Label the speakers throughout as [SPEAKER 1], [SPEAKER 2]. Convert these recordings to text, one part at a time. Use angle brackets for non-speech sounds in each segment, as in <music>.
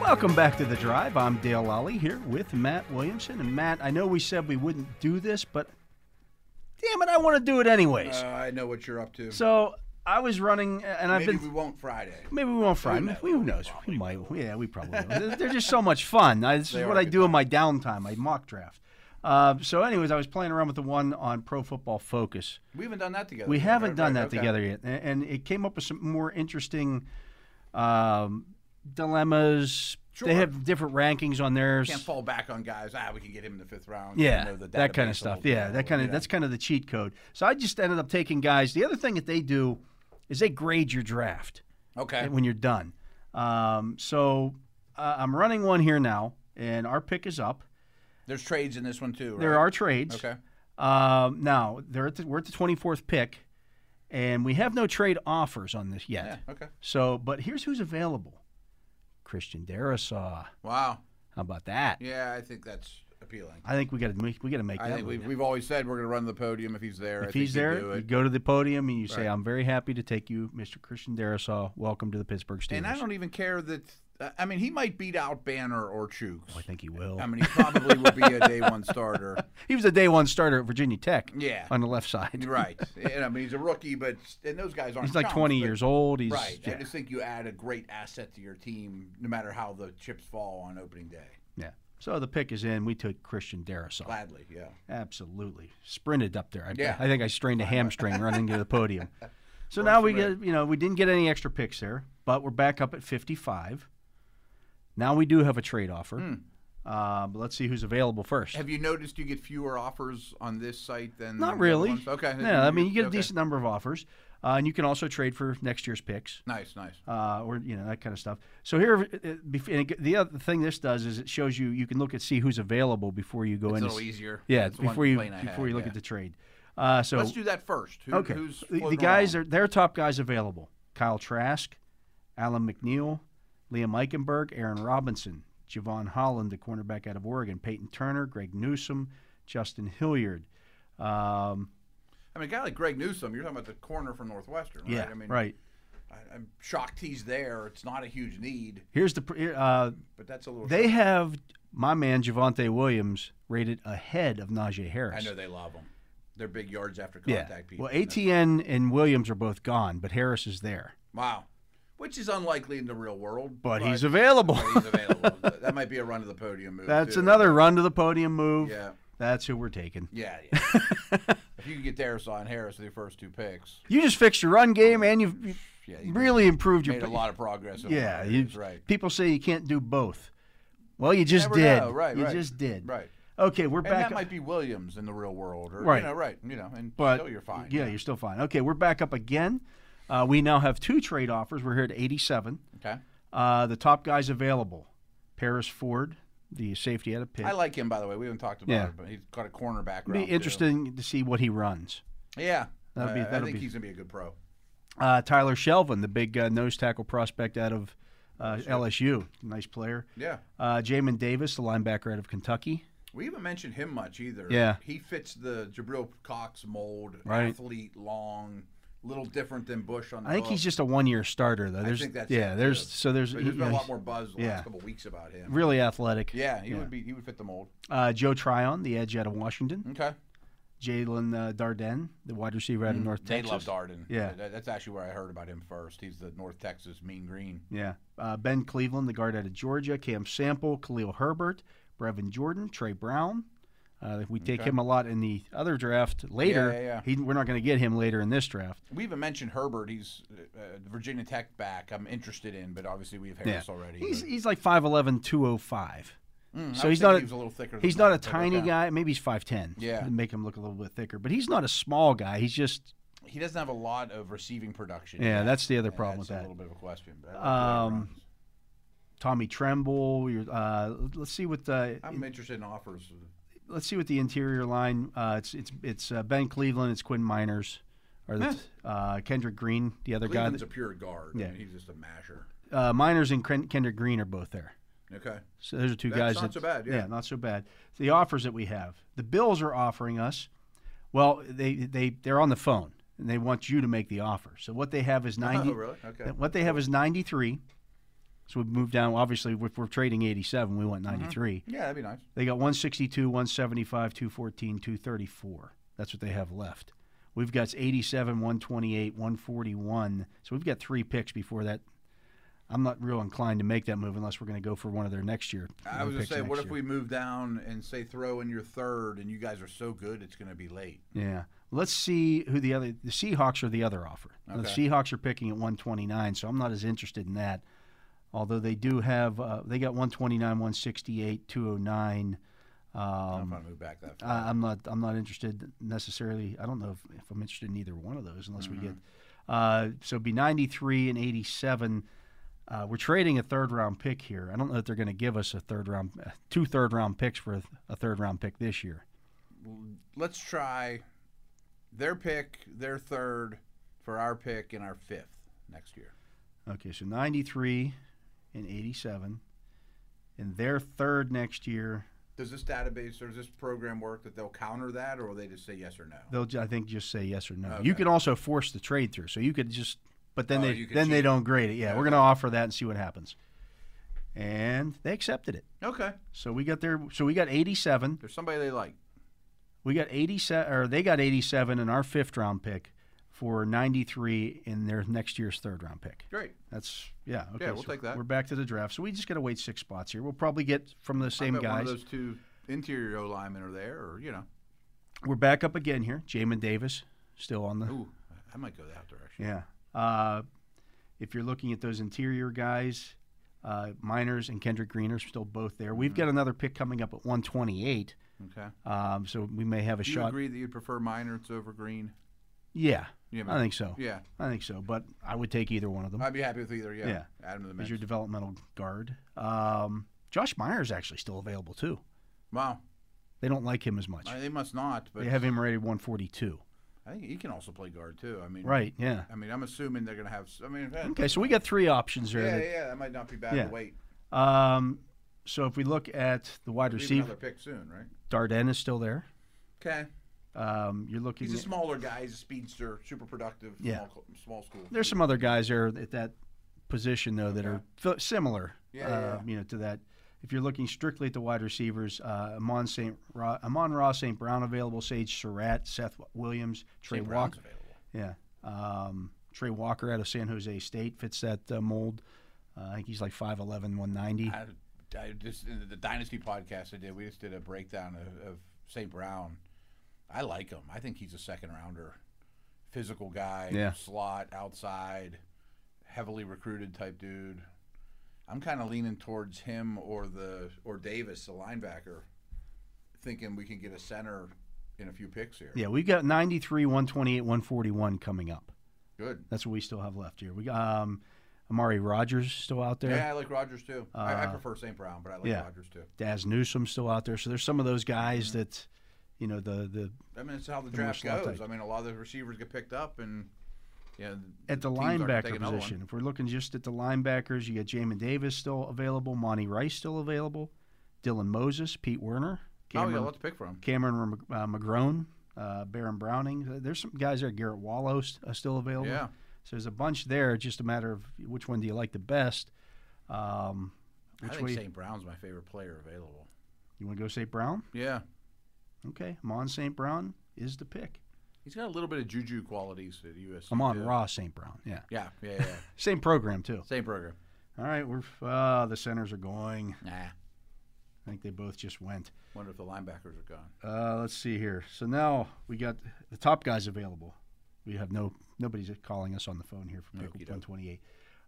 [SPEAKER 1] Welcome back to the drive. I'm Dale Lally here with Matt Williamson. And Matt, I know we said we wouldn't do this, but damn it, I want to do it anyways.
[SPEAKER 2] Uh, I know what you're up to.
[SPEAKER 1] so I was running, uh, and I've
[SPEAKER 2] Maybe
[SPEAKER 1] been
[SPEAKER 2] we won't Friday.
[SPEAKER 1] Maybe we won't fry. Who knows? Who knows? We might. Yeah, we
[SPEAKER 2] <laughs>
[SPEAKER 1] probably. Will. They're- They're just so much fun. I, this is what I do in my downtime. I mock draft. Uh, so, anyways, I was playing around with the one on Pro Football Focus.
[SPEAKER 2] We haven't done that together.
[SPEAKER 1] We
[SPEAKER 2] yet,
[SPEAKER 1] haven't
[SPEAKER 2] right?
[SPEAKER 1] done
[SPEAKER 2] Right,
[SPEAKER 1] that
[SPEAKER 2] okay.
[SPEAKER 1] together yet, a- and it came up with some more interesting um, dilemmas. They
[SPEAKER 2] Sure.
[SPEAKER 1] have different rankings on theirs.
[SPEAKER 2] Can't fall back on guys. Ah, we can get him in the fifth round.
[SPEAKER 1] Yeah,
[SPEAKER 2] You know, the
[SPEAKER 1] that kind
[SPEAKER 2] database
[SPEAKER 1] of
[SPEAKER 2] will-
[SPEAKER 1] stuff. Yeah, that kind of
[SPEAKER 2] you know.
[SPEAKER 1] that's kind of the cheat code. So I just ended up taking guys. The other thing that they do is they grade your draft
[SPEAKER 2] okay.
[SPEAKER 1] when you're done. Um, so uh, I'm running one here now, and our pick is up.
[SPEAKER 2] There's trades in this one too. Right?
[SPEAKER 1] There are trades.
[SPEAKER 2] Okay.
[SPEAKER 1] Um, now they're at the, we're at the 24th pick, and we have no trade offers on this yet.
[SPEAKER 2] Yeah. Okay.
[SPEAKER 1] So, but here's who's available: Christian Darasaw.
[SPEAKER 2] Wow.
[SPEAKER 1] How about that?
[SPEAKER 2] Yeah, I think that's appealing.
[SPEAKER 1] I think we got to make we got to make
[SPEAKER 2] I
[SPEAKER 1] that.
[SPEAKER 2] think
[SPEAKER 1] move.
[SPEAKER 2] we've, we've always said we're going to run the podium if he's there. I
[SPEAKER 1] If
[SPEAKER 2] think
[SPEAKER 1] he's
[SPEAKER 2] you
[SPEAKER 1] there,
[SPEAKER 2] do
[SPEAKER 1] you
[SPEAKER 2] it.
[SPEAKER 1] go to the podium and you say,
[SPEAKER 2] Right.
[SPEAKER 1] "I'm very happy to take you, Mr. Christian Darasaw. Welcome to the Pittsburgh Steelers."
[SPEAKER 2] and I don't even care that. uh, I mean, he might beat out Banner or Chooks.
[SPEAKER 1] I think he will.
[SPEAKER 2] I mean, he probably will be a day one
[SPEAKER 1] <laughs>
[SPEAKER 2] starter.
[SPEAKER 1] he was a day one starter at Virginia Tech.
[SPEAKER 2] Yeah.
[SPEAKER 1] on the left side.
[SPEAKER 2] Right. And I mean, he's a rookie, but and those guys
[SPEAKER 1] <laughs>
[SPEAKER 2] aren't.
[SPEAKER 1] He's like
[SPEAKER 2] chumps,
[SPEAKER 1] 20
[SPEAKER 2] but-
[SPEAKER 1] years old. He's
[SPEAKER 2] Right. I
[SPEAKER 1] Yeah,
[SPEAKER 2] just think you add a great asset to your team, no matter how the chips fall on opening day.
[SPEAKER 1] yeah. So the pick is in. We took Christian Darasaw.
[SPEAKER 2] Gladly, yeah.
[SPEAKER 1] Absolutely sprinted up there. I,
[SPEAKER 2] Yeah.
[SPEAKER 1] I think I strained a hamstring running to the
[SPEAKER 2] <laughs>
[SPEAKER 1] podium. So now we get, you know, we didn't get any extra picks there, but we're back up at 55. Now we do have a trade offer.
[SPEAKER 2] Hmm.
[SPEAKER 1] Uh, but let's see who's available first.
[SPEAKER 2] Have you noticed you get fewer offers on this site than the
[SPEAKER 1] Not
[SPEAKER 2] other
[SPEAKER 1] really.
[SPEAKER 2] ones? Okay.
[SPEAKER 1] No, I mean you get a
[SPEAKER 2] Okay.
[SPEAKER 1] decent number of offers, uh, and you can also trade for next year's picks
[SPEAKER 2] Nice, nice.
[SPEAKER 1] uh, or you know that kind of stuff. So here, uh, bef- and it- the other thing this does is it shows you you can look at see who's available before you go
[SPEAKER 2] It's a
[SPEAKER 1] in.
[SPEAKER 2] little easier.
[SPEAKER 1] Yeah,
[SPEAKER 2] That's one
[SPEAKER 1] before you
[SPEAKER 2] complaint I
[SPEAKER 1] before
[SPEAKER 2] had,
[SPEAKER 1] you look
[SPEAKER 2] yeah.
[SPEAKER 1] at the trade. Uh, so
[SPEAKER 2] Let's do that first. Who,
[SPEAKER 1] okay,
[SPEAKER 2] Who's
[SPEAKER 1] the, the
[SPEAKER 2] floating
[SPEAKER 1] guys
[SPEAKER 2] around?
[SPEAKER 1] are their top guys available: Kyle Trask, Alan McNeil, Liam Eichenberg, Aaron Robinson, Javon Holland, the cornerback out of Oregon, Peyton Turner, Greg Newsom, Justin Hilliard. Um,
[SPEAKER 2] I mean, a guy like Greg Newsom. You're talking about the corner from Northwestern, right?
[SPEAKER 1] yeah,
[SPEAKER 2] I mean,
[SPEAKER 1] right.
[SPEAKER 2] I, I'm shocked he's there. It's not a huge need,
[SPEAKER 1] Here's the pr- uh,
[SPEAKER 2] but that's a little.
[SPEAKER 1] they have my man Javante Williams rated ahead of Najee
[SPEAKER 2] I
[SPEAKER 1] Harris.
[SPEAKER 2] know they love him. They're big yards after contact
[SPEAKER 1] Yeah.
[SPEAKER 2] people.
[SPEAKER 1] Well, ATN and Williams are both gone, but Harris is there.
[SPEAKER 2] Wow, which is unlikely in the real world.
[SPEAKER 1] But he's available. <laughs>
[SPEAKER 2] but he's available. that might be a run to the podium move.
[SPEAKER 1] That's
[SPEAKER 2] too.
[SPEAKER 1] another run to the podium move.
[SPEAKER 2] Yeah.
[SPEAKER 1] That's who we're taking.
[SPEAKER 2] Yeah,
[SPEAKER 1] <laughs>
[SPEAKER 2] yeah. if you can get Darisaw and Harris with your first two picks,
[SPEAKER 1] You just fixed your run game, and you've you've
[SPEAKER 2] Yeah, you
[SPEAKER 1] really improved your.
[SPEAKER 2] made a lot of progress. over
[SPEAKER 1] yeah,
[SPEAKER 2] the
[SPEAKER 1] you-
[SPEAKER 2] years, right.
[SPEAKER 1] People say you can't do both. Well, you just
[SPEAKER 2] Never
[SPEAKER 1] did.
[SPEAKER 2] know, right,
[SPEAKER 1] you
[SPEAKER 2] right,
[SPEAKER 1] just did.
[SPEAKER 2] right.
[SPEAKER 1] Okay, we're
[SPEAKER 2] And
[SPEAKER 1] back.
[SPEAKER 2] that might be Williams in the real world, or
[SPEAKER 1] Right.
[SPEAKER 2] you know, right, you know, and
[SPEAKER 1] but
[SPEAKER 2] still you're fine.
[SPEAKER 1] Yeah, you're still fine. Okay, we're back up again. Uh, we now have two trade offers. We're here at 87.
[SPEAKER 2] Okay.
[SPEAKER 1] Uh, the top guys available: Paris Ford, the safety out of Pitt.
[SPEAKER 2] I like him, by the way. We haven't talked about
[SPEAKER 1] Yeah.
[SPEAKER 2] it, but he's got a cornerback.
[SPEAKER 1] It'd be interesting to see what he runs.
[SPEAKER 2] Yeah, Uh,
[SPEAKER 1] That'll be-
[SPEAKER 2] I- I
[SPEAKER 1] that'll
[SPEAKER 2] think
[SPEAKER 1] be-
[SPEAKER 2] he's gonna be a good pro.
[SPEAKER 1] Uh, Tyler Shelvin, the big uh, nose tackle prospect out of uh, LSU, nice player.
[SPEAKER 2] Yeah,
[SPEAKER 1] Uh, Jamin Davis, the linebacker out of Kentucky.
[SPEAKER 2] we haven't mentioned him much either.
[SPEAKER 1] Yeah.
[SPEAKER 2] he fits the Jabril Cox mold.
[SPEAKER 1] Right.
[SPEAKER 2] athlete, long, little different than Bush on. The
[SPEAKER 1] I think
[SPEAKER 2] hook.
[SPEAKER 1] he's just a one-year starter though. There's
[SPEAKER 2] Oh. think that's
[SPEAKER 1] yeah.
[SPEAKER 2] it, too.
[SPEAKER 1] There's so there's
[SPEAKER 2] But there's
[SPEAKER 1] you
[SPEAKER 2] been a
[SPEAKER 1] know,
[SPEAKER 2] lot more buzz the
[SPEAKER 1] yeah.
[SPEAKER 2] last couple weeks about him.
[SPEAKER 1] really athletic.
[SPEAKER 2] Yeah, he would be. He would fit the mold.
[SPEAKER 1] Uh, Joe Tryon, the edge out of Washington.
[SPEAKER 2] Okay.
[SPEAKER 1] Jalen uh, Darden, the wide receiver out of North
[SPEAKER 2] Mm, They
[SPEAKER 1] Texas.
[SPEAKER 2] love Darden.
[SPEAKER 1] Yeah.
[SPEAKER 2] That- that's actually where I heard about him first. He's the North Texas Mean Green.
[SPEAKER 1] Yeah. Uh, ben Cleveland, the guard out of Georgia. Cam Sample, Khalil Herbert, Brevin Jordan, Trey Brown. Uh, we take him a lot in the other draft later.
[SPEAKER 2] Yeah, yeah, yeah.
[SPEAKER 1] He, we're not going to get him later in this draft.
[SPEAKER 2] We even mentioned Herbert. He's uh, uh, Virginia Tech back. I'm interested in, but obviously we have Harris already.
[SPEAKER 1] He's,
[SPEAKER 2] but-
[SPEAKER 1] he's like 5'11, 205.
[SPEAKER 2] Mm, I
[SPEAKER 1] so
[SPEAKER 2] was
[SPEAKER 1] he's not
[SPEAKER 2] thinking
[SPEAKER 1] a-
[SPEAKER 2] he was a little thicker.
[SPEAKER 1] oh He's not
[SPEAKER 2] than
[SPEAKER 1] a
[SPEAKER 2] that, but
[SPEAKER 1] tiny
[SPEAKER 2] okay.
[SPEAKER 1] guy. Maybe he's 5'10.
[SPEAKER 2] Yeah.
[SPEAKER 1] To make him look a little bit thicker. But he's not a small guy. He's just,
[SPEAKER 2] He doesn't have a lot of receiving production.
[SPEAKER 1] yeah, that's the other
[SPEAKER 2] And
[SPEAKER 1] problem
[SPEAKER 2] that's
[SPEAKER 1] with that.
[SPEAKER 2] a little bit of a question. But I like the way it
[SPEAKER 1] Um,
[SPEAKER 2] runs.
[SPEAKER 1] Tommy Tremble. Your, uh, let's see what the
[SPEAKER 2] I'm interested in offers.
[SPEAKER 1] let's see what the interior line. Uh, it's it's it's uh, Ben Cleveland. It's Quinn Miners. Or the, uh, Kendrick Green, the other
[SPEAKER 2] Cleveland's
[SPEAKER 1] guy.
[SPEAKER 2] a pure guard.
[SPEAKER 1] Yeah.
[SPEAKER 2] I mean, he's just a masher.
[SPEAKER 1] that- Uh, Miners and Ken- Kendrick Green are both there.
[SPEAKER 2] Okay.
[SPEAKER 1] So those are two
[SPEAKER 2] That's
[SPEAKER 1] guys. that,
[SPEAKER 2] not so bad, yeah.
[SPEAKER 1] not so bad. The offers that we have, the Bills are offering us. Well, they they they're on the phone and they want you to make the offer. So what they have is ninety.
[SPEAKER 2] <laughs> Oh, really? Okay.
[SPEAKER 1] What they have is ninety three. So we move down. Obviously, if we're trading eighty seven, we want
[SPEAKER 2] Mm-hmm.
[SPEAKER 1] ninety
[SPEAKER 2] Yeah, that'd be nice.
[SPEAKER 1] They got one sixty two, one seventy five, two fourteen, two thirty four. That's what they have left. We've got eighty seven, one twenty eight, one forty one. So we've got three picks before that. I'm not real inclined to make that move unless we're going to go for one of their next year.
[SPEAKER 2] I was gonna say, what if we move down and say throw in your third, and you guys are so good, it's gonna be late.
[SPEAKER 1] Yeah. Let's see who the other the Seahawks are the other offer. Now, The
[SPEAKER 2] Okay.
[SPEAKER 1] Seahawks are picking at 129, so I'm not as interested in that. Although they do have uh, they got 129, 168, 209.
[SPEAKER 2] I'm
[SPEAKER 1] Um,
[SPEAKER 2] gonna move back that far.
[SPEAKER 1] I, I'm not I'm not interested necessarily. I don't know if, if I'm interested in either one of those unless we get uh, so it'd be 93 and 87. Uh, we're trading a third round pick here. I don't know if they're going to give us a third round, two third round picks for a, a third round pick this year.
[SPEAKER 2] Let's try their pick, their third, for our pick and our fifth next year.
[SPEAKER 1] Okay, so 93 and 87. And their third next year,
[SPEAKER 2] Does this database or does this program work that they'll counter that, or will they just say yes or no?
[SPEAKER 1] they'll ju- I think just say yes or no.
[SPEAKER 2] Okay.
[SPEAKER 1] You can also force the trade through, so you could just, but then
[SPEAKER 2] Oh,
[SPEAKER 1] they
[SPEAKER 2] you could
[SPEAKER 1] then they
[SPEAKER 2] cheat.
[SPEAKER 1] don't grade it. Yeah, we're
[SPEAKER 2] Okay.
[SPEAKER 1] going to offer that and see what happens. And they accepted it.
[SPEAKER 2] Okay.
[SPEAKER 1] So we got their, so we got 87.
[SPEAKER 2] There's somebody they like.
[SPEAKER 1] We got 87, or they got 87 in our fifth round pick for 93 in their next year's third round pick.
[SPEAKER 2] Great.
[SPEAKER 1] That's yeah. Okay,
[SPEAKER 2] we'll
[SPEAKER 1] so
[SPEAKER 2] take that.
[SPEAKER 1] We're back to the draft, so we just got to wait six spots here. We'll probably get from the same
[SPEAKER 2] I bet One
[SPEAKER 1] guys.
[SPEAKER 2] of those two interior O linemen are there, or you know.
[SPEAKER 1] We're back up again here. Jamin Davis still on the.
[SPEAKER 2] Ooh, I might go that direction.
[SPEAKER 1] Yeah. Uh, if you're looking at those interior guys, uh, Miners and Kendrick Green are still both there. We've got another pick coming up at 128,
[SPEAKER 2] Okay.
[SPEAKER 1] um, so we may have a
[SPEAKER 2] Do you
[SPEAKER 1] shot.
[SPEAKER 2] agree that you'd prefer Miners over Green?
[SPEAKER 1] Yeah,
[SPEAKER 2] Yeah,
[SPEAKER 1] I think so.
[SPEAKER 2] Yeah,
[SPEAKER 1] I think so, but I would take either one of them
[SPEAKER 2] I'd be happy with either. Yeah.
[SPEAKER 1] Yeah.
[SPEAKER 2] Add him to the
[SPEAKER 1] as
[SPEAKER 2] mix.
[SPEAKER 1] your developmental guard. Um, Josh Myers actually still available too.
[SPEAKER 2] Wow.
[SPEAKER 1] They don't like him as much.
[SPEAKER 2] I, uh, they must not, but
[SPEAKER 1] They have him rated 142.
[SPEAKER 2] I think he can also play guard too. I mean,
[SPEAKER 1] Right. Yeah.
[SPEAKER 2] I mean, I'm assuming they're gonna have. s- I mean, eh,
[SPEAKER 1] Okay, so we got three options there.
[SPEAKER 2] yeah,
[SPEAKER 1] that-
[SPEAKER 2] yeah, yeah, that might not be bad
[SPEAKER 1] Yeah.
[SPEAKER 2] to wait.
[SPEAKER 1] Um, so if we look at the wide
[SPEAKER 2] Leave
[SPEAKER 1] receiver,
[SPEAKER 2] another pick soon, right?
[SPEAKER 1] Darden is still there.
[SPEAKER 2] Okay.
[SPEAKER 1] Um, you're looking.
[SPEAKER 2] He's a
[SPEAKER 1] At,
[SPEAKER 2] smaller guy. He's a speedster, super productive.
[SPEAKER 1] Yeah.
[SPEAKER 2] Small, co- small school.
[SPEAKER 1] there's some other guys there at that position though that are f- similar.
[SPEAKER 2] Yeah,
[SPEAKER 1] uh,
[SPEAKER 2] yeah, yeah.
[SPEAKER 1] You know, to that. If you're looking strictly at the wide receivers, uh, Amon Saint Ra, Amon Ross Saint Brown available, Sage Surratt, Seth Williams, Trey
[SPEAKER 2] St. Brown's
[SPEAKER 1] Walker.
[SPEAKER 2] available.
[SPEAKER 1] Yeah. Um, Trey Walker out of San Jose State fits that uh, mold. Uh, I think he's like 5'11", 190.
[SPEAKER 2] I, I just in the Dynasty podcast I did. We just did a breakdown of, of St. Brown. I like him. I think he's a second rounder, physical guy,
[SPEAKER 1] Yeah.
[SPEAKER 2] slot outside, heavily recruited type dude. I'm kind of leaning towards him or the or Davis, the linebacker, thinking we can get a center in a few picks here.
[SPEAKER 1] Yeah, we've got 93, 128, 141 coming up.
[SPEAKER 2] Good.
[SPEAKER 1] That's what we still have left here. We got um, Amari Rogers still out there.
[SPEAKER 2] Yeah, I like Rogers too. I, I
[SPEAKER 1] Uh,
[SPEAKER 2] prefer St. Brown, but I like
[SPEAKER 1] yeah.
[SPEAKER 2] Rogers too.
[SPEAKER 1] Daz Newsome still out there. So there's some of those guys
[SPEAKER 2] Mm-hmm.
[SPEAKER 1] that, you know, the the
[SPEAKER 2] I mean, it's how the
[SPEAKER 1] Give him a
[SPEAKER 2] draft
[SPEAKER 1] slot
[SPEAKER 2] goes.
[SPEAKER 1] type.
[SPEAKER 2] I mean, a lot of the receivers get picked up, and yeah,
[SPEAKER 1] at the
[SPEAKER 2] teams aren't gonna take
[SPEAKER 1] linebacker
[SPEAKER 2] another one.
[SPEAKER 1] position. If we're looking just at the linebackers, you got Jamin Davis still available, Monty Rice still available, Dylan Moses, Pete Werner,
[SPEAKER 2] Oh, yeah,
[SPEAKER 1] Cameron
[SPEAKER 2] let's pick from.
[SPEAKER 1] Cameron Mc- uh, McGrone, uh, Baron Browning. Uh, There's some guys there. Garrett Wallow st- uh, still available.
[SPEAKER 2] Yeah,
[SPEAKER 1] So there's a bunch there. It's Just a matter of which one do you like the best. Um,
[SPEAKER 2] I
[SPEAKER 1] which
[SPEAKER 2] think
[SPEAKER 1] way
[SPEAKER 2] St. Brown's my favorite player available.
[SPEAKER 1] you want to go? St. Brown.
[SPEAKER 2] Yeah,
[SPEAKER 1] Okay, Amon St. Brown is the pick.
[SPEAKER 2] he's got a little bit of juju qualities at USC.
[SPEAKER 1] Amon
[SPEAKER 2] too.
[SPEAKER 1] Ross St. Brown. Yeah,
[SPEAKER 2] Yeah, yeah, yeah. <laughs> yeah.
[SPEAKER 1] same program too.
[SPEAKER 2] Same program.
[SPEAKER 1] All right, we're uh, the centers are going.
[SPEAKER 2] Nah,
[SPEAKER 1] I think they both just went.
[SPEAKER 2] wonder if the linebackers are gone.
[SPEAKER 1] Uh, let's see here. So now we got the top guys available. We have no nobody's calling us on the phone here from Pickle
[SPEAKER 2] Okey-doke.
[SPEAKER 1] 128.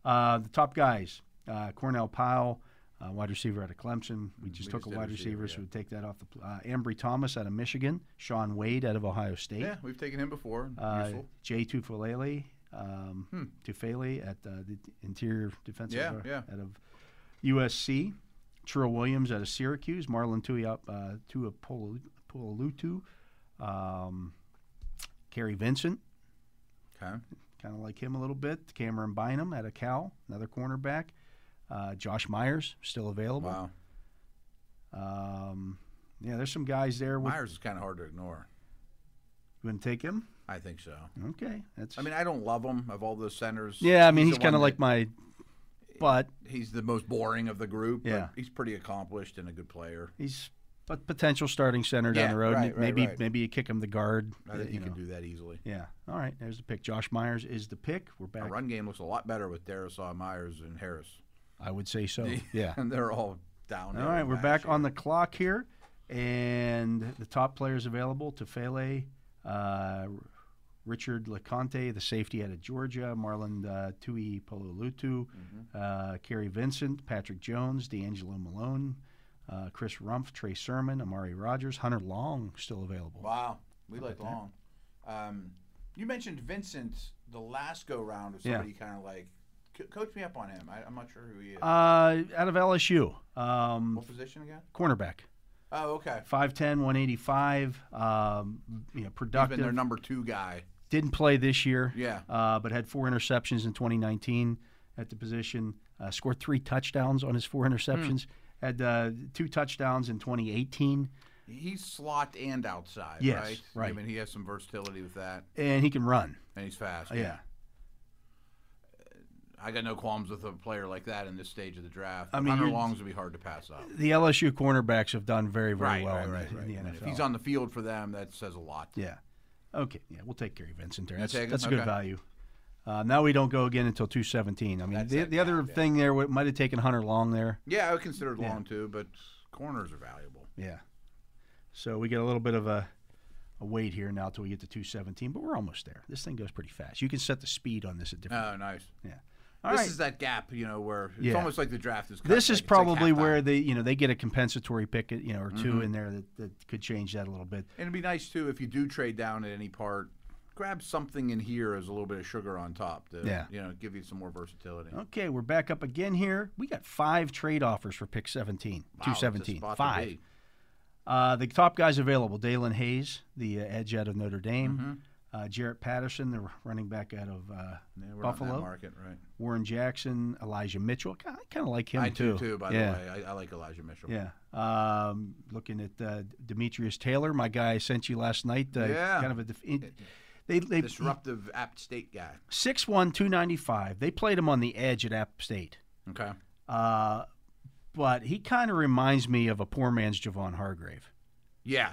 [SPEAKER 1] Uh, the top guys: uh, Cornell Powell, uh, wide receiver out of Clemson. We just
[SPEAKER 2] Mm, we
[SPEAKER 1] took
[SPEAKER 2] just
[SPEAKER 1] a
[SPEAKER 2] did
[SPEAKER 1] wide receiver,
[SPEAKER 2] receiver,
[SPEAKER 1] so
[SPEAKER 2] yeah.
[SPEAKER 1] we take that off the. Pl- uh, Ambry Thomas out of Michigan. Sean Wade out of Ohio State.
[SPEAKER 2] Yeah, we've taken him before.
[SPEAKER 1] Uh,
[SPEAKER 2] Useful.
[SPEAKER 1] Jay Tufalele, um, Tufele at uh, the interior defensive
[SPEAKER 2] Hmm. Yeah,
[SPEAKER 1] guard
[SPEAKER 2] yeah.
[SPEAKER 1] out of USC, Trill Williams out of Syracuse, Marlon Tui out uh, Tuapolutu, um, Kerry Vincent,
[SPEAKER 2] Okay.
[SPEAKER 1] kind of like him a little bit. Cameron Bynum out of Cal, another cornerback. Uh, Josh Myers still available.
[SPEAKER 2] Wow.
[SPEAKER 1] Um, yeah, there's some guys there. With,
[SPEAKER 2] Myers is kind of hard to ignore.
[SPEAKER 1] you want to take him?
[SPEAKER 2] I think so.
[SPEAKER 1] Okay, that's.
[SPEAKER 2] I mean, I don't love him of all those centers.
[SPEAKER 1] yeah, I mean he's,
[SPEAKER 2] the
[SPEAKER 1] kind of
[SPEAKER 2] one
[SPEAKER 1] like
[SPEAKER 2] that-
[SPEAKER 1] my, but
[SPEAKER 2] he's the most boring of the group. but
[SPEAKER 1] Yeah.
[SPEAKER 2] he's pretty accomplished and a good player.
[SPEAKER 1] he's a potential starting center down
[SPEAKER 2] Yeah,
[SPEAKER 1] the road.
[SPEAKER 2] right, right,
[SPEAKER 1] maybe
[SPEAKER 2] right.
[SPEAKER 1] maybe you kick him the guard.
[SPEAKER 2] I think
[SPEAKER 1] uh,
[SPEAKER 2] he
[SPEAKER 1] you
[SPEAKER 2] can
[SPEAKER 1] know.
[SPEAKER 2] do that easily.
[SPEAKER 1] Yeah. All right. There's the pick. Josh Myers is the pick. We're
[SPEAKER 2] Our
[SPEAKER 1] back.
[SPEAKER 2] run game looks a lot better with Darisaw, Myers, and Harris.
[SPEAKER 1] I would say
[SPEAKER 2] <laughs>
[SPEAKER 1] so. Oh, Yeah.
[SPEAKER 2] and they're all down.
[SPEAKER 1] All right, we're back on the clock here, and the top players available: Tefele, uh, Richard LeConte, the safety out of Georgia, Marlon uh, Tui Pololutu,
[SPEAKER 2] Mm-hmm.
[SPEAKER 1] uh, Kerry Vincent, Patrick Jones, D'Angelo Malone, uh, Chris Rumpf, Trey Sermon, Amari Rogers, Hunter Long still available.
[SPEAKER 2] Wow, we like long. Um, you mentioned Vincent the last go round of
[SPEAKER 1] Yeah.
[SPEAKER 2] somebody kind of like co- coach me up on him. I, I'm not sure who he is.
[SPEAKER 1] Uh, out of LSU, um,
[SPEAKER 2] what position again?
[SPEAKER 1] cornerback,
[SPEAKER 2] Oh, okay.
[SPEAKER 1] 5'10", 185, um, you know,
[SPEAKER 2] He's been their
[SPEAKER 1] productive.
[SPEAKER 2] number two guy.
[SPEAKER 1] Didn't play this year.
[SPEAKER 2] Yeah.
[SPEAKER 1] uh, but had four interceptions in 2019 at the position. Uh, scored three touchdowns on his four interceptions.
[SPEAKER 2] Hmm.
[SPEAKER 1] Had uh, two touchdowns in 2018,
[SPEAKER 2] He's slot and outside,
[SPEAKER 1] Yes,
[SPEAKER 2] right? I
[SPEAKER 1] right.
[SPEAKER 2] mean, he has some versatility with that,
[SPEAKER 1] and he can run.
[SPEAKER 2] and he's fast.
[SPEAKER 1] Uh, Yeah,
[SPEAKER 2] I got no qualms with a player like that in this stage of the draft.
[SPEAKER 1] I mean,
[SPEAKER 2] Hunter
[SPEAKER 1] you're-
[SPEAKER 2] Long's would be hard to pass up.
[SPEAKER 1] the LSU cornerbacks have done very, very well in, the, in the
[SPEAKER 2] I mean, if
[SPEAKER 1] NFL.
[SPEAKER 2] he's on the field for them, that says a lot.
[SPEAKER 1] yeah, okay, yeah, we'll take Gary Vincent there. That's,
[SPEAKER 2] take him?
[SPEAKER 1] that's a good
[SPEAKER 2] Okay.
[SPEAKER 1] value. Uh, now we don't go again until 217. I mean,
[SPEAKER 2] That's
[SPEAKER 1] the,
[SPEAKER 2] that
[SPEAKER 1] the other
[SPEAKER 2] gap, yeah.
[SPEAKER 1] thing there w- might have taken Hunter Long there.
[SPEAKER 2] Yeah, I would consider it long too, but corners are valuable.
[SPEAKER 1] Yeah. So we get a little bit of a, a wait here now till we get to 217, but we're almost there. This thing goes pretty fast. You can set the speed on this at different.
[SPEAKER 2] Oh, nice.
[SPEAKER 1] yeah. All
[SPEAKER 2] this
[SPEAKER 1] right.
[SPEAKER 2] is that gap, you know, where it's
[SPEAKER 1] Yeah.
[SPEAKER 2] almost like the draft is. cut,
[SPEAKER 1] this
[SPEAKER 2] like
[SPEAKER 1] is
[SPEAKER 2] it's like
[SPEAKER 1] probably
[SPEAKER 2] halftime.
[SPEAKER 1] where they you know they get a compensatory pick you know or 2
[SPEAKER 2] Mm-hmm.
[SPEAKER 1] in there that, that could change that a little bit.
[SPEAKER 2] And it'd be nice too if you do trade down at any part, grab something in here as a little bit of sugar on top to,
[SPEAKER 1] Yeah.
[SPEAKER 2] you know, give you some more versatility.
[SPEAKER 1] Okay, we're back up again here. We got five trade offers for pick 17,
[SPEAKER 2] Wow, it's a
[SPEAKER 1] 217.
[SPEAKER 2] spot to
[SPEAKER 1] Five.
[SPEAKER 2] be.
[SPEAKER 1] Uh, the top guys available: Dalen Hayes, the uh, edge out of Notre
[SPEAKER 2] Mm-hmm.
[SPEAKER 1] Dame, uh, Jarrett Patterson, the r- running back out of uh,
[SPEAKER 2] Yeah, we're not in that
[SPEAKER 1] Buffalo,
[SPEAKER 2] market, right?
[SPEAKER 1] Warren Jackson, Elijah Mitchell. I kind of like him
[SPEAKER 2] I
[SPEAKER 1] too.
[SPEAKER 2] do too. By
[SPEAKER 1] yeah.
[SPEAKER 2] the way, I, I like Elijah Mitchell.
[SPEAKER 1] Yeah. Um, looking at uh, Demetrius Taylor, my guy I sent you last night. Uh,
[SPEAKER 2] Yeah.
[SPEAKER 1] Kind of a def- in- they they
[SPEAKER 2] Disruptive App State guy.
[SPEAKER 1] six one two ninety five. They played him on the edge at App State,
[SPEAKER 2] Okay.
[SPEAKER 1] uh, but he kind of reminds me of a poor man's Javon Hargrave.
[SPEAKER 2] Yeah.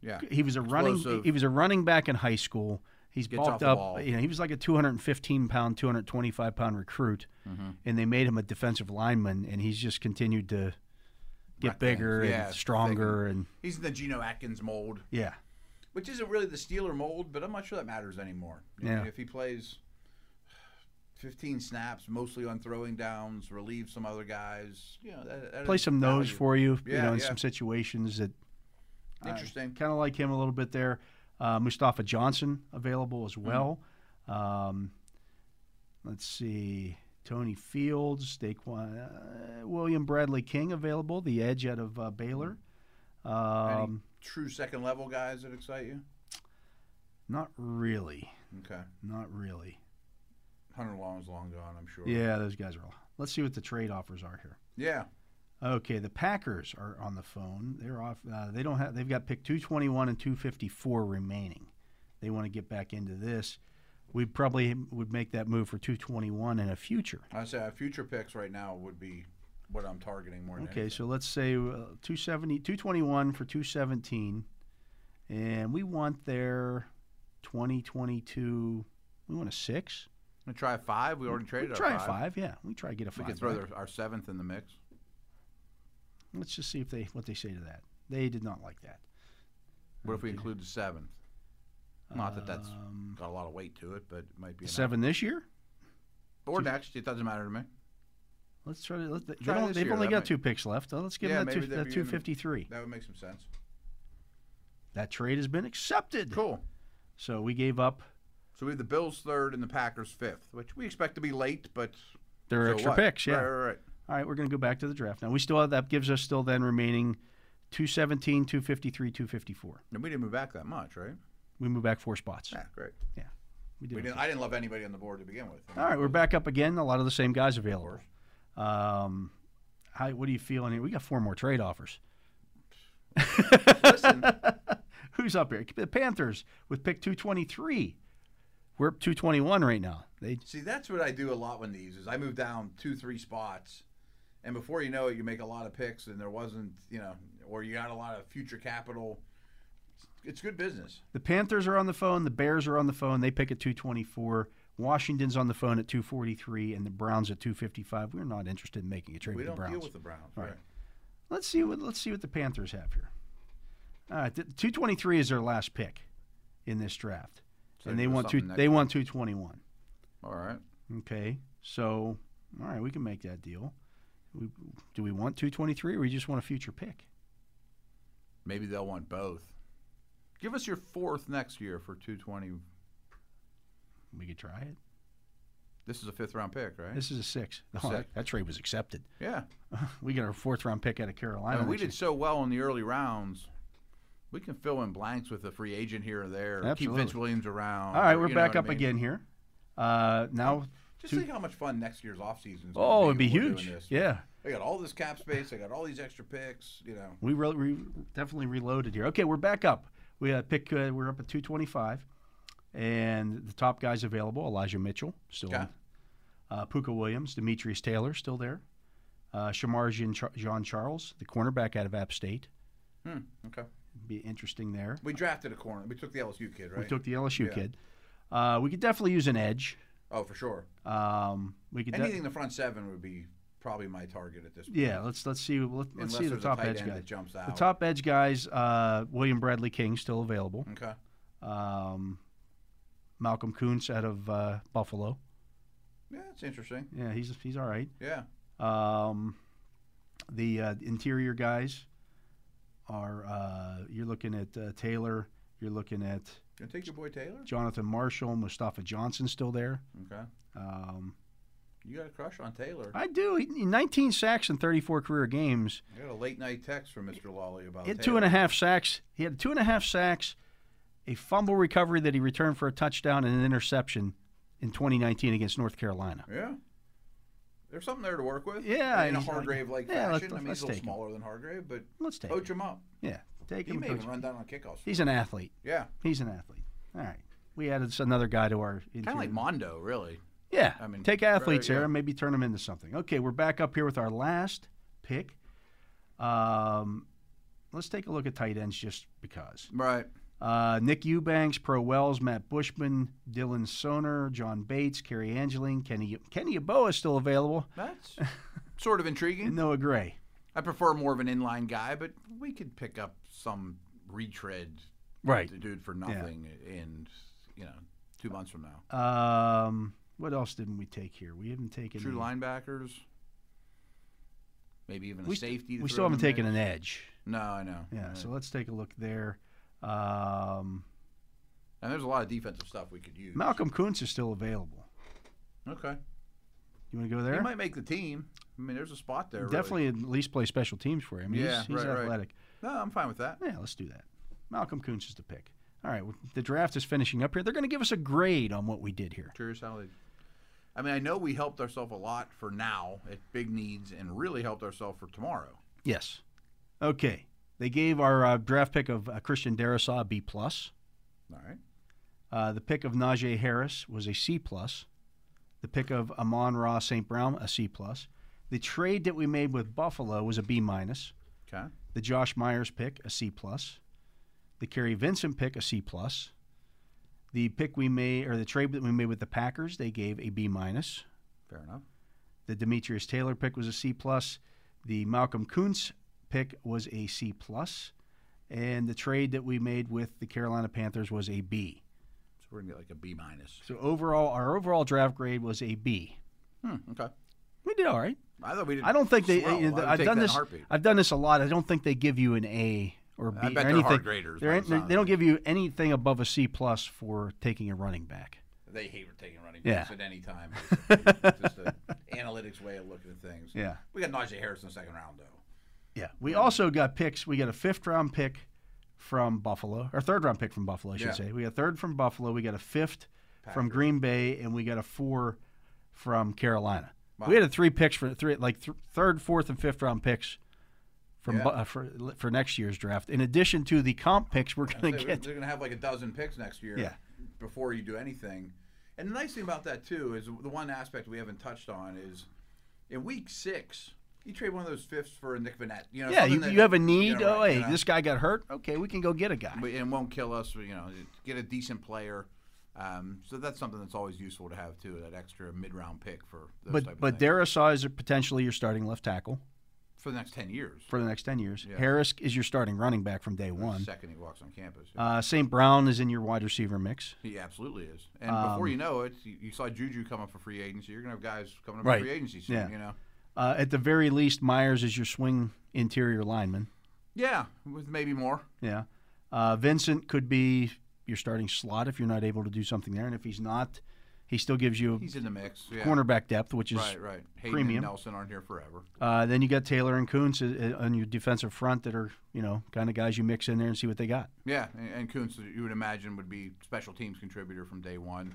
[SPEAKER 2] Yeah.
[SPEAKER 1] He was a running
[SPEAKER 2] Explosive.
[SPEAKER 1] he was a running back in high school. He's
[SPEAKER 2] Gets off
[SPEAKER 1] bulked
[SPEAKER 2] the
[SPEAKER 1] up.
[SPEAKER 2] ball.
[SPEAKER 1] You know, he was like a 215 pound, 225 pound recruit,
[SPEAKER 2] Mm-hmm.
[SPEAKER 1] and they made him a defensive lineman, and he's just continued to get
[SPEAKER 2] Wreck things.
[SPEAKER 1] bigger
[SPEAKER 2] Yeah,
[SPEAKER 1] and
[SPEAKER 2] thick
[SPEAKER 1] stronger, and
[SPEAKER 2] He's in the Geno Atkins mold,
[SPEAKER 1] yeah.
[SPEAKER 2] which isn't really the Steeler mold, but I'm not sure that matters anymore. I
[SPEAKER 1] Yeah.
[SPEAKER 2] mean, if he plays 15 snaps, mostly on throwing downs, relieve some other guys, you know, that, that
[SPEAKER 1] play
[SPEAKER 2] is
[SPEAKER 1] some nose
[SPEAKER 2] value.
[SPEAKER 1] for you, you
[SPEAKER 2] Yeah,
[SPEAKER 1] know, in
[SPEAKER 2] yeah.
[SPEAKER 1] some situations that
[SPEAKER 2] Interesting.
[SPEAKER 1] kind of like him a little bit there. Uh, Mustafa Johnson available as well. Um, let's see, Tony Fields, Daquan, uh, William Bradley King available, the edge out of uh, Baylor.
[SPEAKER 2] Any
[SPEAKER 1] Um,
[SPEAKER 2] true second level guys that excite you?
[SPEAKER 1] not really,
[SPEAKER 2] Okay.
[SPEAKER 1] not really.
[SPEAKER 2] Hunter Long is long gone, I'm sure.
[SPEAKER 1] Yeah, those guys are all. Let's see what the trade offers are here.
[SPEAKER 2] Yeah.
[SPEAKER 1] Okay, the Packers are on the phone. They're off. Uh, they don't have. They've got pick 221 and 254 remaining. They want to get back into this. We probably would make that move for 221 in a future.
[SPEAKER 2] I say uh, future picks right now would be what I'm targeting more than
[SPEAKER 1] Okay,
[SPEAKER 2] anything.
[SPEAKER 1] so let's say uh, 270, 221 for 217, and we want their 2022. We want a six.
[SPEAKER 2] Gonna try a five. We already
[SPEAKER 1] We
[SPEAKER 2] traded
[SPEAKER 1] try
[SPEAKER 2] our
[SPEAKER 1] a
[SPEAKER 2] five.
[SPEAKER 1] five. Yeah, we try to get a
[SPEAKER 2] We
[SPEAKER 1] five.
[SPEAKER 2] could throw
[SPEAKER 1] back.
[SPEAKER 2] their, our seventh in the mix.
[SPEAKER 1] Let's just see if they what they say to that. They did not like that.
[SPEAKER 2] What if we include the seventh? Not that that's
[SPEAKER 1] Um,
[SPEAKER 2] got a lot of weight to it, but it might
[SPEAKER 1] The
[SPEAKER 2] be enough.
[SPEAKER 1] seven this year.
[SPEAKER 2] or next. It doesn't matter to me.
[SPEAKER 1] Let's try to. Let the,
[SPEAKER 2] Try
[SPEAKER 1] they don't-
[SPEAKER 2] this
[SPEAKER 1] they've
[SPEAKER 2] year,
[SPEAKER 1] only
[SPEAKER 2] that
[SPEAKER 1] got
[SPEAKER 2] might-
[SPEAKER 1] two picks left. Oh, let's give
[SPEAKER 2] Yeah,
[SPEAKER 1] them
[SPEAKER 2] maybe
[SPEAKER 1] that, two,
[SPEAKER 2] they'd
[SPEAKER 1] that
[SPEAKER 2] be
[SPEAKER 1] 253.
[SPEAKER 2] That would make some sense.
[SPEAKER 1] <laughs> That trade has been accepted.
[SPEAKER 2] Cool.
[SPEAKER 1] So we gave up
[SPEAKER 2] So we have the Bills third and the Packers fifth, which we expect to be late, but
[SPEAKER 1] their
[SPEAKER 2] so
[SPEAKER 1] extra
[SPEAKER 2] what?
[SPEAKER 1] picks. Yeah.
[SPEAKER 2] Right, right, right.
[SPEAKER 1] All right, we're going to go back to the draft now. We still have that gives us still then remaining 217, 253, 254.
[SPEAKER 2] And we didn't move back that much, right?
[SPEAKER 1] We move back four spots.
[SPEAKER 2] Yeah, great.
[SPEAKER 1] We did
[SPEAKER 2] We
[SPEAKER 1] okay.
[SPEAKER 2] didn't. I didn't love anybody on the board to begin with.
[SPEAKER 1] <laughs> All right, we're back up again. A lot of the same guys available. Um, how, what do you feel on here? We got four more trade offers. <laughs>
[SPEAKER 2] Listen,
[SPEAKER 1] Who's up here? The Panthers with pick 223. We're up 221 right now. They
[SPEAKER 2] see, that's what I do a lot when these is I move down two, three spots, and before you know it, you make a lot of picks, and there wasn't, you know, or you got a lot of future capital. It's good business.
[SPEAKER 1] the Panthers are on the phone, the Bears are on the phone, they pick at 224. Washington's on the phone at 243 and the Browns at 255. We're not interested in making a trade
[SPEAKER 2] We
[SPEAKER 1] with the
[SPEAKER 2] don't
[SPEAKER 1] Browns.
[SPEAKER 2] deal with the Browns.
[SPEAKER 1] All
[SPEAKER 2] Right.
[SPEAKER 1] right. Let's see what let's see what the Panthers have here. All right, th- 223 is their last pick in this draft.
[SPEAKER 2] So
[SPEAKER 1] and
[SPEAKER 2] you
[SPEAKER 1] they
[SPEAKER 2] go
[SPEAKER 1] want two
[SPEAKER 2] something next
[SPEAKER 1] they want 221.
[SPEAKER 2] All right.
[SPEAKER 1] Okay. So, all right, we can make that deal. We, do we want 223 or we just want a future pick?
[SPEAKER 2] Maybe they'll want both. Give us your fourth next year for 220.
[SPEAKER 1] We could try it.
[SPEAKER 2] This is a fifth round pick, right?
[SPEAKER 1] This is a six. No, that,
[SPEAKER 2] Six.
[SPEAKER 1] <laughs> that trade was accepted.
[SPEAKER 2] yeah.
[SPEAKER 1] We got our fourth round pick out of
[SPEAKER 2] I
[SPEAKER 1] Carolina.
[SPEAKER 2] mean, we
[SPEAKER 1] next year.
[SPEAKER 2] did so well in the early rounds. We can fill in blanks with a free agent here or there. Keep Vince
[SPEAKER 1] Absolutely.
[SPEAKER 2] Williams around.
[SPEAKER 1] All right,
[SPEAKER 2] or-
[SPEAKER 1] we're
[SPEAKER 2] you know
[SPEAKER 1] back
[SPEAKER 2] what I
[SPEAKER 1] up
[SPEAKER 2] mean?
[SPEAKER 1] again here. Uh, now,
[SPEAKER 2] Just
[SPEAKER 1] Two-
[SPEAKER 2] think how much fun next year's offseason is. gonna
[SPEAKER 1] oh, it'd
[SPEAKER 2] be
[SPEAKER 1] be
[SPEAKER 2] when we're doing
[SPEAKER 1] huge.
[SPEAKER 2] this.
[SPEAKER 1] Yeah,
[SPEAKER 2] They got all this cap space. They got all these extra picks. You know,
[SPEAKER 1] we, re- we definitely reloaded here. Okay, we're back up. We uh, pick. Uh, we're up at 225, and the top guys available: Elijah Mitchell, still
[SPEAKER 2] Okay.
[SPEAKER 1] on. Uh, Puka Williams, Demetrius Taylor, still there. Uh, Shamar Jean, John Charles, the cornerback out of App State,
[SPEAKER 2] hmm, okay.
[SPEAKER 1] be interesting there.
[SPEAKER 2] We drafted a corner. We took the LSU kid, right?
[SPEAKER 1] We took the LSU
[SPEAKER 2] Yeah.
[SPEAKER 1] kid. Uh, we could definitely use an edge.
[SPEAKER 2] oh, for sure.
[SPEAKER 1] Um, we could. de-
[SPEAKER 2] Anything in the front seven would be probably my target at this point.
[SPEAKER 1] yeah, let's let's see let, let's
[SPEAKER 2] Unless
[SPEAKER 1] see the
[SPEAKER 2] there's
[SPEAKER 1] top
[SPEAKER 2] a tight
[SPEAKER 1] edge
[SPEAKER 2] end
[SPEAKER 1] guy.
[SPEAKER 2] that jumps out.
[SPEAKER 1] The top edge guys, uh, William Bradley King still available.
[SPEAKER 2] Okay.
[SPEAKER 1] Um, Malcolm Kuntz out of uh, Buffalo.
[SPEAKER 2] Yeah, it's interesting.
[SPEAKER 1] Yeah, he's he's all right.
[SPEAKER 2] Yeah.
[SPEAKER 1] Um, the uh, interior guys are uh, you're looking at uh, Taylor. You're looking at
[SPEAKER 2] Gonna take your boy Taylor?
[SPEAKER 1] Jonathan Marshall, Mustafa Johnson still there.
[SPEAKER 2] Okay.
[SPEAKER 1] Um,
[SPEAKER 2] You got a crush on Taylor.
[SPEAKER 1] I do. He, 19 sacks in 34 career games.
[SPEAKER 2] I got a late night text from Mr. Lawley about
[SPEAKER 1] He had
[SPEAKER 2] Taylor.
[SPEAKER 1] two and a half sacks. He had two and a half sacks, a fumble recovery that he returned for a touchdown and an interception in 2019 against North Carolina.
[SPEAKER 2] Yeah. There's something there to work with.
[SPEAKER 1] Yeah,
[SPEAKER 2] In a
[SPEAKER 1] he's like-
[SPEAKER 2] Hargrave like
[SPEAKER 1] Yeah, let's-
[SPEAKER 2] fashion. I mean,
[SPEAKER 1] let's
[SPEAKER 2] he's a little
[SPEAKER 1] take him.
[SPEAKER 2] smaller than Hargrave, but
[SPEAKER 1] Let's take
[SPEAKER 2] poach
[SPEAKER 1] him.
[SPEAKER 2] him up.
[SPEAKER 1] Yeah, take
[SPEAKER 2] He
[SPEAKER 1] him.
[SPEAKER 2] may
[SPEAKER 1] coach
[SPEAKER 2] even
[SPEAKER 1] him.
[SPEAKER 2] run down on kickoffs.
[SPEAKER 1] He's an athlete.
[SPEAKER 2] Yeah.
[SPEAKER 1] He's an athlete. All right. We added another guy to our.
[SPEAKER 2] Kind of like Mondo, really.
[SPEAKER 1] Yeah.
[SPEAKER 2] I mean,
[SPEAKER 1] take athletes
[SPEAKER 2] right,
[SPEAKER 1] here
[SPEAKER 2] yeah.
[SPEAKER 1] and maybe turn them into something. Okay, we're back up here with our last pick. Um, let's take a look at tight ends just because.
[SPEAKER 2] Right.
[SPEAKER 1] Uh, Nick Eubanks, Pro Wells, Matt Bushman, Dylan Soner, John Bates, Kerry Angeline, Kenny Kenny Aboa is still available,
[SPEAKER 2] That's <laughs> sort of
[SPEAKER 1] and
[SPEAKER 2] intriguing.
[SPEAKER 1] Noah Gray.
[SPEAKER 2] I prefer more of an inline guy, but we could pick up some retread
[SPEAKER 1] Right.
[SPEAKER 2] the dude for nothing in, you know, two months from now.
[SPEAKER 1] Um, what else didn't we take here? We haven't taken.
[SPEAKER 2] True
[SPEAKER 1] any-
[SPEAKER 2] linebackers. Maybe even a
[SPEAKER 1] We, st-
[SPEAKER 2] safety. to
[SPEAKER 1] we
[SPEAKER 2] throw
[SPEAKER 1] still
[SPEAKER 2] in
[SPEAKER 1] haven't
[SPEAKER 2] there.
[SPEAKER 1] taken an edge.
[SPEAKER 2] No, I know.
[SPEAKER 1] Yeah.
[SPEAKER 2] I
[SPEAKER 1] So
[SPEAKER 2] know.
[SPEAKER 1] let's take a look there. Um,
[SPEAKER 2] and there's a lot of defensive stuff we could use.
[SPEAKER 1] Malcolm Kuntz is still available.
[SPEAKER 2] Okay.
[SPEAKER 1] You want to go
[SPEAKER 2] He
[SPEAKER 1] there?
[SPEAKER 2] might make the team. I mean, there's a spot there. really.
[SPEAKER 1] Definitely at least play special teams for him. He's,
[SPEAKER 2] Yeah,
[SPEAKER 1] he's
[SPEAKER 2] right, right.
[SPEAKER 1] athletic.
[SPEAKER 2] No, I'm fine with that.
[SPEAKER 1] Yeah, let's do that. Malcolm Kuntz is the pick. All right, well, the draft is finishing up here. They're going to give us a grade on what we did here.
[SPEAKER 2] Curious how they. I mean, I know we helped ourselves a lot for now at big needs, and really helped ourselves for tomorrow.
[SPEAKER 1] Yes. Okay. They gave our uh, draft pick of uh, Christian Darasaw a B plus.
[SPEAKER 2] All right.
[SPEAKER 1] Uh, the pick of Najee Harris was a C plus. The pick of Amon Ra St. Brown a C plus. The trade that we made with Buffalo was a B minus.
[SPEAKER 2] Okay.
[SPEAKER 1] The Josh Myers pick a C plus. The Kerry Vincent pick a C plus. The pick we made or the trade that we made with the Packers they gave a B minus.
[SPEAKER 2] Fair enough.
[SPEAKER 1] The Demetrius Taylor pick was a C plus. The Malcolm Kuntz pick was a C plus, and the trade that we made with the Carolina Panthers was a B.
[SPEAKER 2] So we're gonna get like a B minus.
[SPEAKER 1] So overall, our overall draft grade was a B.
[SPEAKER 2] Hmm. Okay.
[SPEAKER 1] We did all right.
[SPEAKER 2] I thought we did.
[SPEAKER 1] I don't think they.
[SPEAKER 2] swell.
[SPEAKER 1] you know,
[SPEAKER 2] I would
[SPEAKER 1] I've
[SPEAKER 2] take
[SPEAKER 1] done
[SPEAKER 2] that in a
[SPEAKER 1] this.
[SPEAKER 2] heartbeat.
[SPEAKER 1] I've done this a lot. I don't think they give you an A or B
[SPEAKER 2] I
[SPEAKER 1] or
[SPEAKER 2] bet they're
[SPEAKER 1] anything.
[SPEAKER 2] hard graders
[SPEAKER 1] They're
[SPEAKER 2] by
[SPEAKER 1] in-
[SPEAKER 2] the
[SPEAKER 1] they
[SPEAKER 2] sound of
[SPEAKER 1] they don't
[SPEAKER 2] it.
[SPEAKER 1] give you anything above a C plus for taking a running back.
[SPEAKER 2] They hate taking running
[SPEAKER 1] Yeah. <laughs>
[SPEAKER 2] backs at any time. basically. It's just the analytics way of looking at things.
[SPEAKER 1] Yeah.
[SPEAKER 2] We We got Najee Harris in the second round though.
[SPEAKER 1] Yeah. We also got picks. We got a fifth round pick from Buffalo, or third round pick from Buffalo, I should
[SPEAKER 2] Yeah.
[SPEAKER 1] say. We got a third from Buffalo. We got a fifth from Green Bay, and we got a four from Carolina. We had a three picks for three, like th- third, fourth, and fifth round picks from
[SPEAKER 2] Yeah.
[SPEAKER 1] Bu- uh, for for next year's draft. In addition to the comp picks, we're going to
[SPEAKER 2] They're,
[SPEAKER 1] get.
[SPEAKER 2] they're going to have like a dozen picks next year
[SPEAKER 1] Yeah.
[SPEAKER 2] before you do anything. And the nice thing about that too is the one aspect we haven't touched on is in week six you trade one of those fifths for a Nick Vanette. You know,
[SPEAKER 1] Yeah,
[SPEAKER 2] something
[SPEAKER 1] you,
[SPEAKER 2] that-
[SPEAKER 1] you have a need.
[SPEAKER 2] you know,
[SPEAKER 1] oh,
[SPEAKER 2] right,
[SPEAKER 1] hey,
[SPEAKER 2] you know.
[SPEAKER 1] this guy got hurt. Okay, we can go get a guy.
[SPEAKER 2] But- and won't kill us. You know, get a decent player. Um, so that's something that's always useful to have too. That extra mid-round pick for those type
[SPEAKER 1] But but
[SPEAKER 2] of things.
[SPEAKER 1] Darisaw is potentially your starting left tackle
[SPEAKER 2] for the next ten years,
[SPEAKER 1] for the next ten years. Harris is your starting running back from day one.
[SPEAKER 2] second he walks on campus,
[SPEAKER 1] Uh, St. Brown is in your wide receiver mix.
[SPEAKER 2] he absolutely is. And
[SPEAKER 1] um,
[SPEAKER 2] before you know it, you, you saw Juju come up for free agency. You're gonna have guys coming up
[SPEAKER 1] Right.
[SPEAKER 2] for free agency soon.
[SPEAKER 1] Yeah.
[SPEAKER 2] You know,
[SPEAKER 1] Uh, at the very least, Myers is your swing interior lineman.
[SPEAKER 2] yeah, with maybe more.
[SPEAKER 1] Yeah. Uh, Vincent could be your starting slot if you're not able to do something there. And if he's not, he still gives you
[SPEAKER 2] He's in the mix. Yeah.
[SPEAKER 1] cornerback depth, which is.
[SPEAKER 2] Right, right. Hayden
[SPEAKER 1] premium.
[SPEAKER 2] and Nelson aren't here forever.
[SPEAKER 1] Uh, then you got Taylor and Coons uh, on your defensive front that are, you know, kind of guys you mix in there and see what they got.
[SPEAKER 2] Yeah, and, and Kuntz, you would imagine, would be special teams contributor from day one.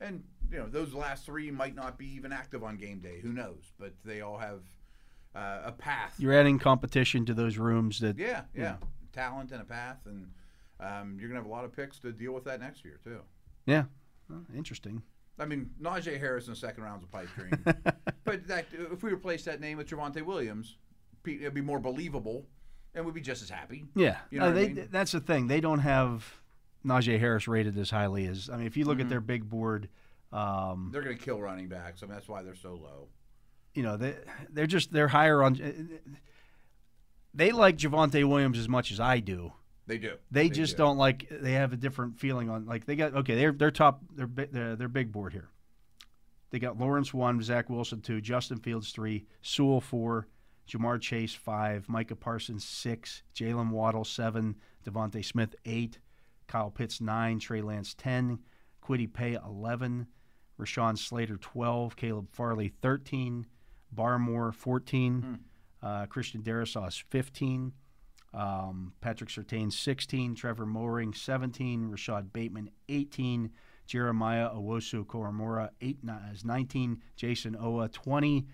[SPEAKER 2] And, you know, those last three might not be even active on game day. Who knows? But they all have uh, a path.
[SPEAKER 1] You're adding competition to those rooms that.
[SPEAKER 2] yeah, yeah, Talent and a path. And um, you're going to have a lot of picks to deal with that next year, too.
[SPEAKER 1] Yeah. Oh, interesting.
[SPEAKER 2] I mean, Najee Harris in the second round's a pipe
[SPEAKER 1] <laughs>
[SPEAKER 2] dream. but that, if we replace that name with Javante Williams, pe- it'd be more believable and we'd be just as happy.
[SPEAKER 1] Yeah.
[SPEAKER 2] You know
[SPEAKER 1] No,
[SPEAKER 2] what
[SPEAKER 1] they,
[SPEAKER 2] I mean?
[SPEAKER 1] That's the thing. They don't have Najee Harris rated as highly as. I mean, if you
[SPEAKER 2] Mm-hmm.
[SPEAKER 1] look at their big board. Um,
[SPEAKER 2] They're going to kill running backs. I mean, that's why they're so low.
[SPEAKER 1] you know they they're just they're higher on. uh, They like Javante Williams as much as I do.
[SPEAKER 2] They do.
[SPEAKER 1] They, just
[SPEAKER 2] do.
[SPEAKER 1] don't like. They have a different feeling on like they got okay. They're they're top. They're bi- they're, they're big board here. They got Lawrence one, Zach Wilson two, Justin Fields three, Sewell four, Jamar Chase five, Micah Parsons six, Jalen Waddle seven, Devontae Smith eight, Kyle Pitts nine, Trey Lance ten, Quiddy Pay eleven, Rashawn Slater twelve, Caleb Farley thirteen, Barmore fourteen, uh, Christian Darisaw is fifteen. Um, Patrick Sertain, 16. Trevor Mooring, 17. Rashad Bateman, 18. Jeremiah Owosu Koromora, eight ni- is 19. Jason Owa, 20.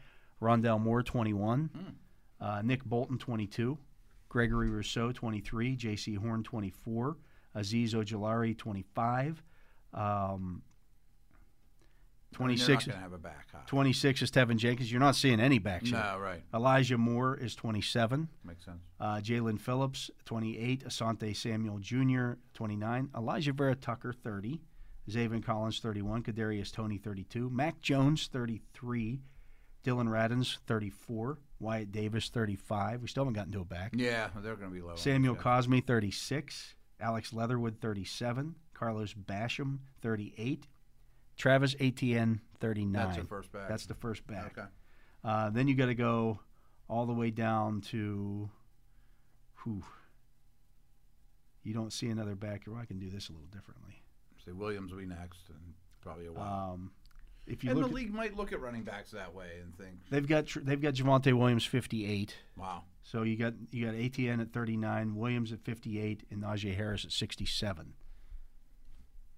[SPEAKER 1] Rondell Moore, 21.
[SPEAKER 2] Hmm.
[SPEAKER 1] Uh, Nick Bolton, 22. Gregory Rousseau, 23. J.C. Horn, 24. Aziz Ojolari, 25. Um,
[SPEAKER 2] I mean,
[SPEAKER 1] 26,
[SPEAKER 2] They're not going to have a back high.
[SPEAKER 1] 26 is Tevin Jenkins. You're not seeing any backs. yet.
[SPEAKER 2] No, right.
[SPEAKER 1] Elijah Moore is 27.
[SPEAKER 2] Makes sense.
[SPEAKER 1] Uh, Jalen Phillips, 28. Asante Samuel Jr., 29. Elijah Vera Tucker, 30. Zaven Collins, 31. Kadarius Tony, 32. Mac Jones, 33. Dylan Radins, 34. Wyatt Davis, 35. We still haven't gotten to a back.
[SPEAKER 2] Yeah, they're going to be low. on
[SPEAKER 1] Samuel
[SPEAKER 2] this,
[SPEAKER 1] Cosme, 36. Alex Leatherwood, 37. Carlos Basham, 38. Travis Etienne, 39.
[SPEAKER 2] yeah. That's their first back.
[SPEAKER 1] That's the first back.
[SPEAKER 2] Okay.
[SPEAKER 1] Uh, then you got to go all the way down to who? You don't see another back. Well, I can do this a little differently.
[SPEAKER 2] So Williams will be next, and probably a while.
[SPEAKER 1] Um, if you
[SPEAKER 2] and the
[SPEAKER 1] look, at-
[SPEAKER 2] league might look at running backs that way and think,
[SPEAKER 1] they've got tr- they've got Javante Williams fifty eight.
[SPEAKER 2] "Wow,
[SPEAKER 1] So you got you got ATN at thirty nine, Williams at fifty eight, and Najee Harris at sixty seven.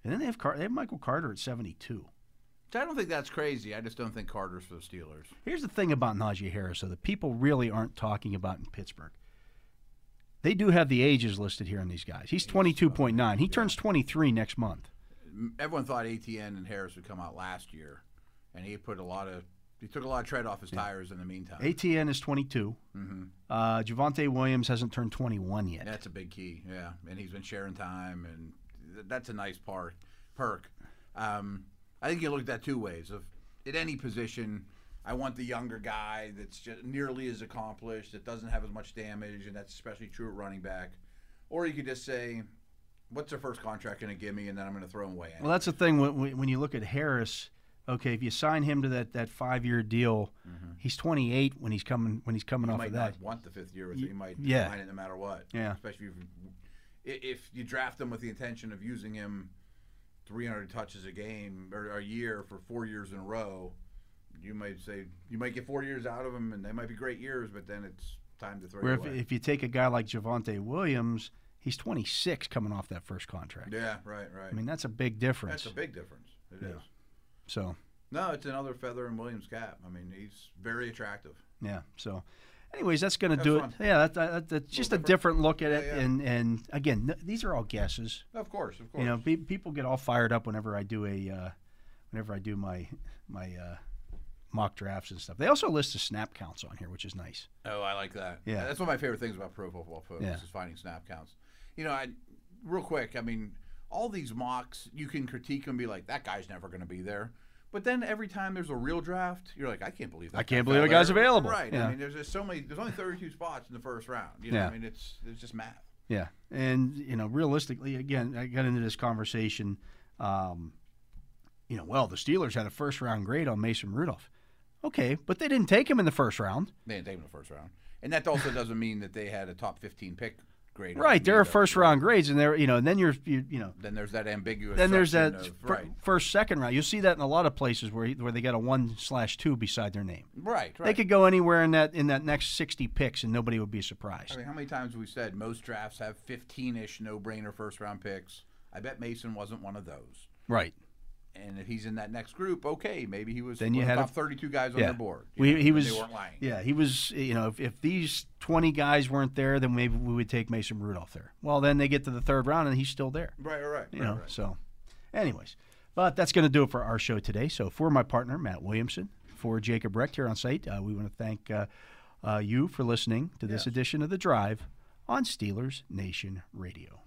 [SPEAKER 1] And then they have Car- they have Michael Carter at seventy two.
[SPEAKER 2] So I don't think that's crazy. I just don't think Carter's for the Steelers."
[SPEAKER 1] Here's the thing about Najee Harris, though, that people really aren't talking about in Pittsburgh. They do have the ages listed here on these guys. He's 22.9. He turns 23 next month.
[SPEAKER 2] M- Everyone thought ATN and Harris would come out last year, and he put a lot of he took a lot of tread off his tires in the meantime.
[SPEAKER 1] ATN is 22. Uh, Javante Williams hasn't turned 21 yet.
[SPEAKER 2] Mm-hmm. That's a big key, yeah. And he's been sharing time, and th- that's a nice part perk. Um, I think you look at that two ways. If at any position, I want the younger guy that's just nearly as accomplished, that doesn't have as much damage, and that's especially true at running back. Or you could just say, "What's their first contract going to give me?" And then I'm going to throw him away.
[SPEAKER 1] Well, that's the thing when- when, when you look at Harris. Okay, if you sign him to that, that five year deal, he's 28 when he's coming when he's coming
[SPEAKER 2] You
[SPEAKER 1] off
[SPEAKER 2] Mm-hmm. might
[SPEAKER 1] of that.
[SPEAKER 2] not want the fifth year with it. You might
[SPEAKER 1] yeah.
[SPEAKER 2] decline it no matter what.
[SPEAKER 1] Yeah.
[SPEAKER 2] Especially if, i- if you draft him with the intention of using him 300 touches a game or a year for four years in a row, You might say you might get four years out of him, and they might be great years, but then it's time to throw
[SPEAKER 1] Where
[SPEAKER 2] it
[SPEAKER 1] if,
[SPEAKER 2] away.
[SPEAKER 1] if you take a guy like Javante Williams, he's 26 coming off that first contract.
[SPEAKER 2] yeah, right, right.
[SPEAKER 1] I mean, that's a big difference.
[SPEAKER 2] That's a big difference. It is.
[SPEAKER 1] Yeah. so,
[SPEAKER 2] No, it's another feather in Williams' cap. I mean, he's very attractive.
[SPEAKER 1] yeah. So, anyways, that's going to
[SPEAKER 2] That's
[SPEAKER 1] do
[SPEAKER 2] fun.
[SPEAKER 1] it. Yeah, that, that, that- that's just a different look at it.
[SPEAKER 2] yeah.
[SPEAKER 1] And, and again, th- these are all guesses.
[SPEAKER 2] Of course, of course.
[SPEAKER 1] You know, pe- people get all fired up whenever I do a, uh, whenever I do my, my uh, mock drafts and stuff. They also list the snap counts on here, which is nice.
[SPEAKER 2] Oh, I like that.
[SPEAKER 1] Yeah.
[SPEAKER 2] that's one of my favorite things about Pro Football Focus
[SPEAKER 1] Yeah.
[SPEAKER 2] is finding snap counts. You know, I real quick. I mean, all these mocks you can critique and be like, that guy's never going to be there. But then every time there's a real draft, you're like, I can't believe that.
[SPEAKER 1] I can't
[SPEAKER 2] guy
[SPEAKER 1] believe
[SPEAKER 2] fell
[SPEAKER 1] that guy's
[SPEAKER 2] there."
[SPEAKER 1] available.
[SPEAKER 2] Right.
[SPEAKER 1] Yeah.
[SPEAKER 2] I mean, there's just so many. There's only 32 spots in the first round. You know,
[SPEAKER 1] Yeah.
[SPEAKER 2] I mean, it's it's just math.
[SPEAKER 1] Yeah, and you know, realistically, again, I got into this conversation. Um, you know, well, the Steelers had a first round grade on Mason Rudolph. Okay, but they didn't take him in the first round,
[SPEAKER 2] They didn't take him in the first round, and that also doesn't mean that they had a top 15 pick grade. on
[SPEAKER 1] right?
[SPEAKER 2] him
[SPEAKER 1] There are
[SPEAKER 2] either.
[SPEAKER 1] first round grades, and there, you know, and then you're, you, you know,
[SPEAKER 2] Then there's that ambiguous.
[SPEAKER 1] then there's
[SPEAKER 2] section
[SPEAKER 1] that
[SPEAKER 2] of-
[SPEAKER 1] fir-
[SPEAKER 2] right,
[SPEAKER 1] first second round. You see that in a lot of places where where they got a one slash two beside their name.
[SPEAKER 2] right, right.
[SPEAKER 1] They could go anywhere in that in that next sixty picks, and nobody would be surprised.
[SPEAKER 2] I mean, how many times have we said most drafts have 15 ish no brainer first round picks? I bet Mason wasn't one of those.
[SPEAKER 1] Right?
[SPEAKER 2] And if he's in that next group, okay, maybe he was
[SPEAKER 1] Then
[SPEAKER 2] one
[SPEAKER 1] you
[SPEAKER 2] of
[SPEAKER 1] had
[SPEAKER 2] the
[SPEAKER 1] a-
[SPEAKER 2] top 32 guys on
[SPEAKER 1] yeah.
[SPEAKER 2] the board. you
[SPEAKER 1] We,
[SPEAKER 2] know,
[SPEAKER 1] he
[SPEAKER 2] and
[SPEAKER 1] was.
[SPEAKER 2] They weren't lying.
[SPEAKER 1] Yeah, he was. You know, if, if these twenty guys weren't there, then maybe we would take Mason Rudolph there. Well, then they get to the third round and he's still there.
[SPEAKER 2] Right, right, right.
[SPEAKER 1] You
[SPEAKER 2] right,
[SPEAKER 1] know,
[SPEAKER 2] right.
[SPEAKER 1] so, anyways, but that's going to do it for our show today. So for my partner Matt Williamson, for Jacob Recht here on site, uh, we want to thank uh, uh, you for listening to this edition of the Drive on Steelers Nation Radio.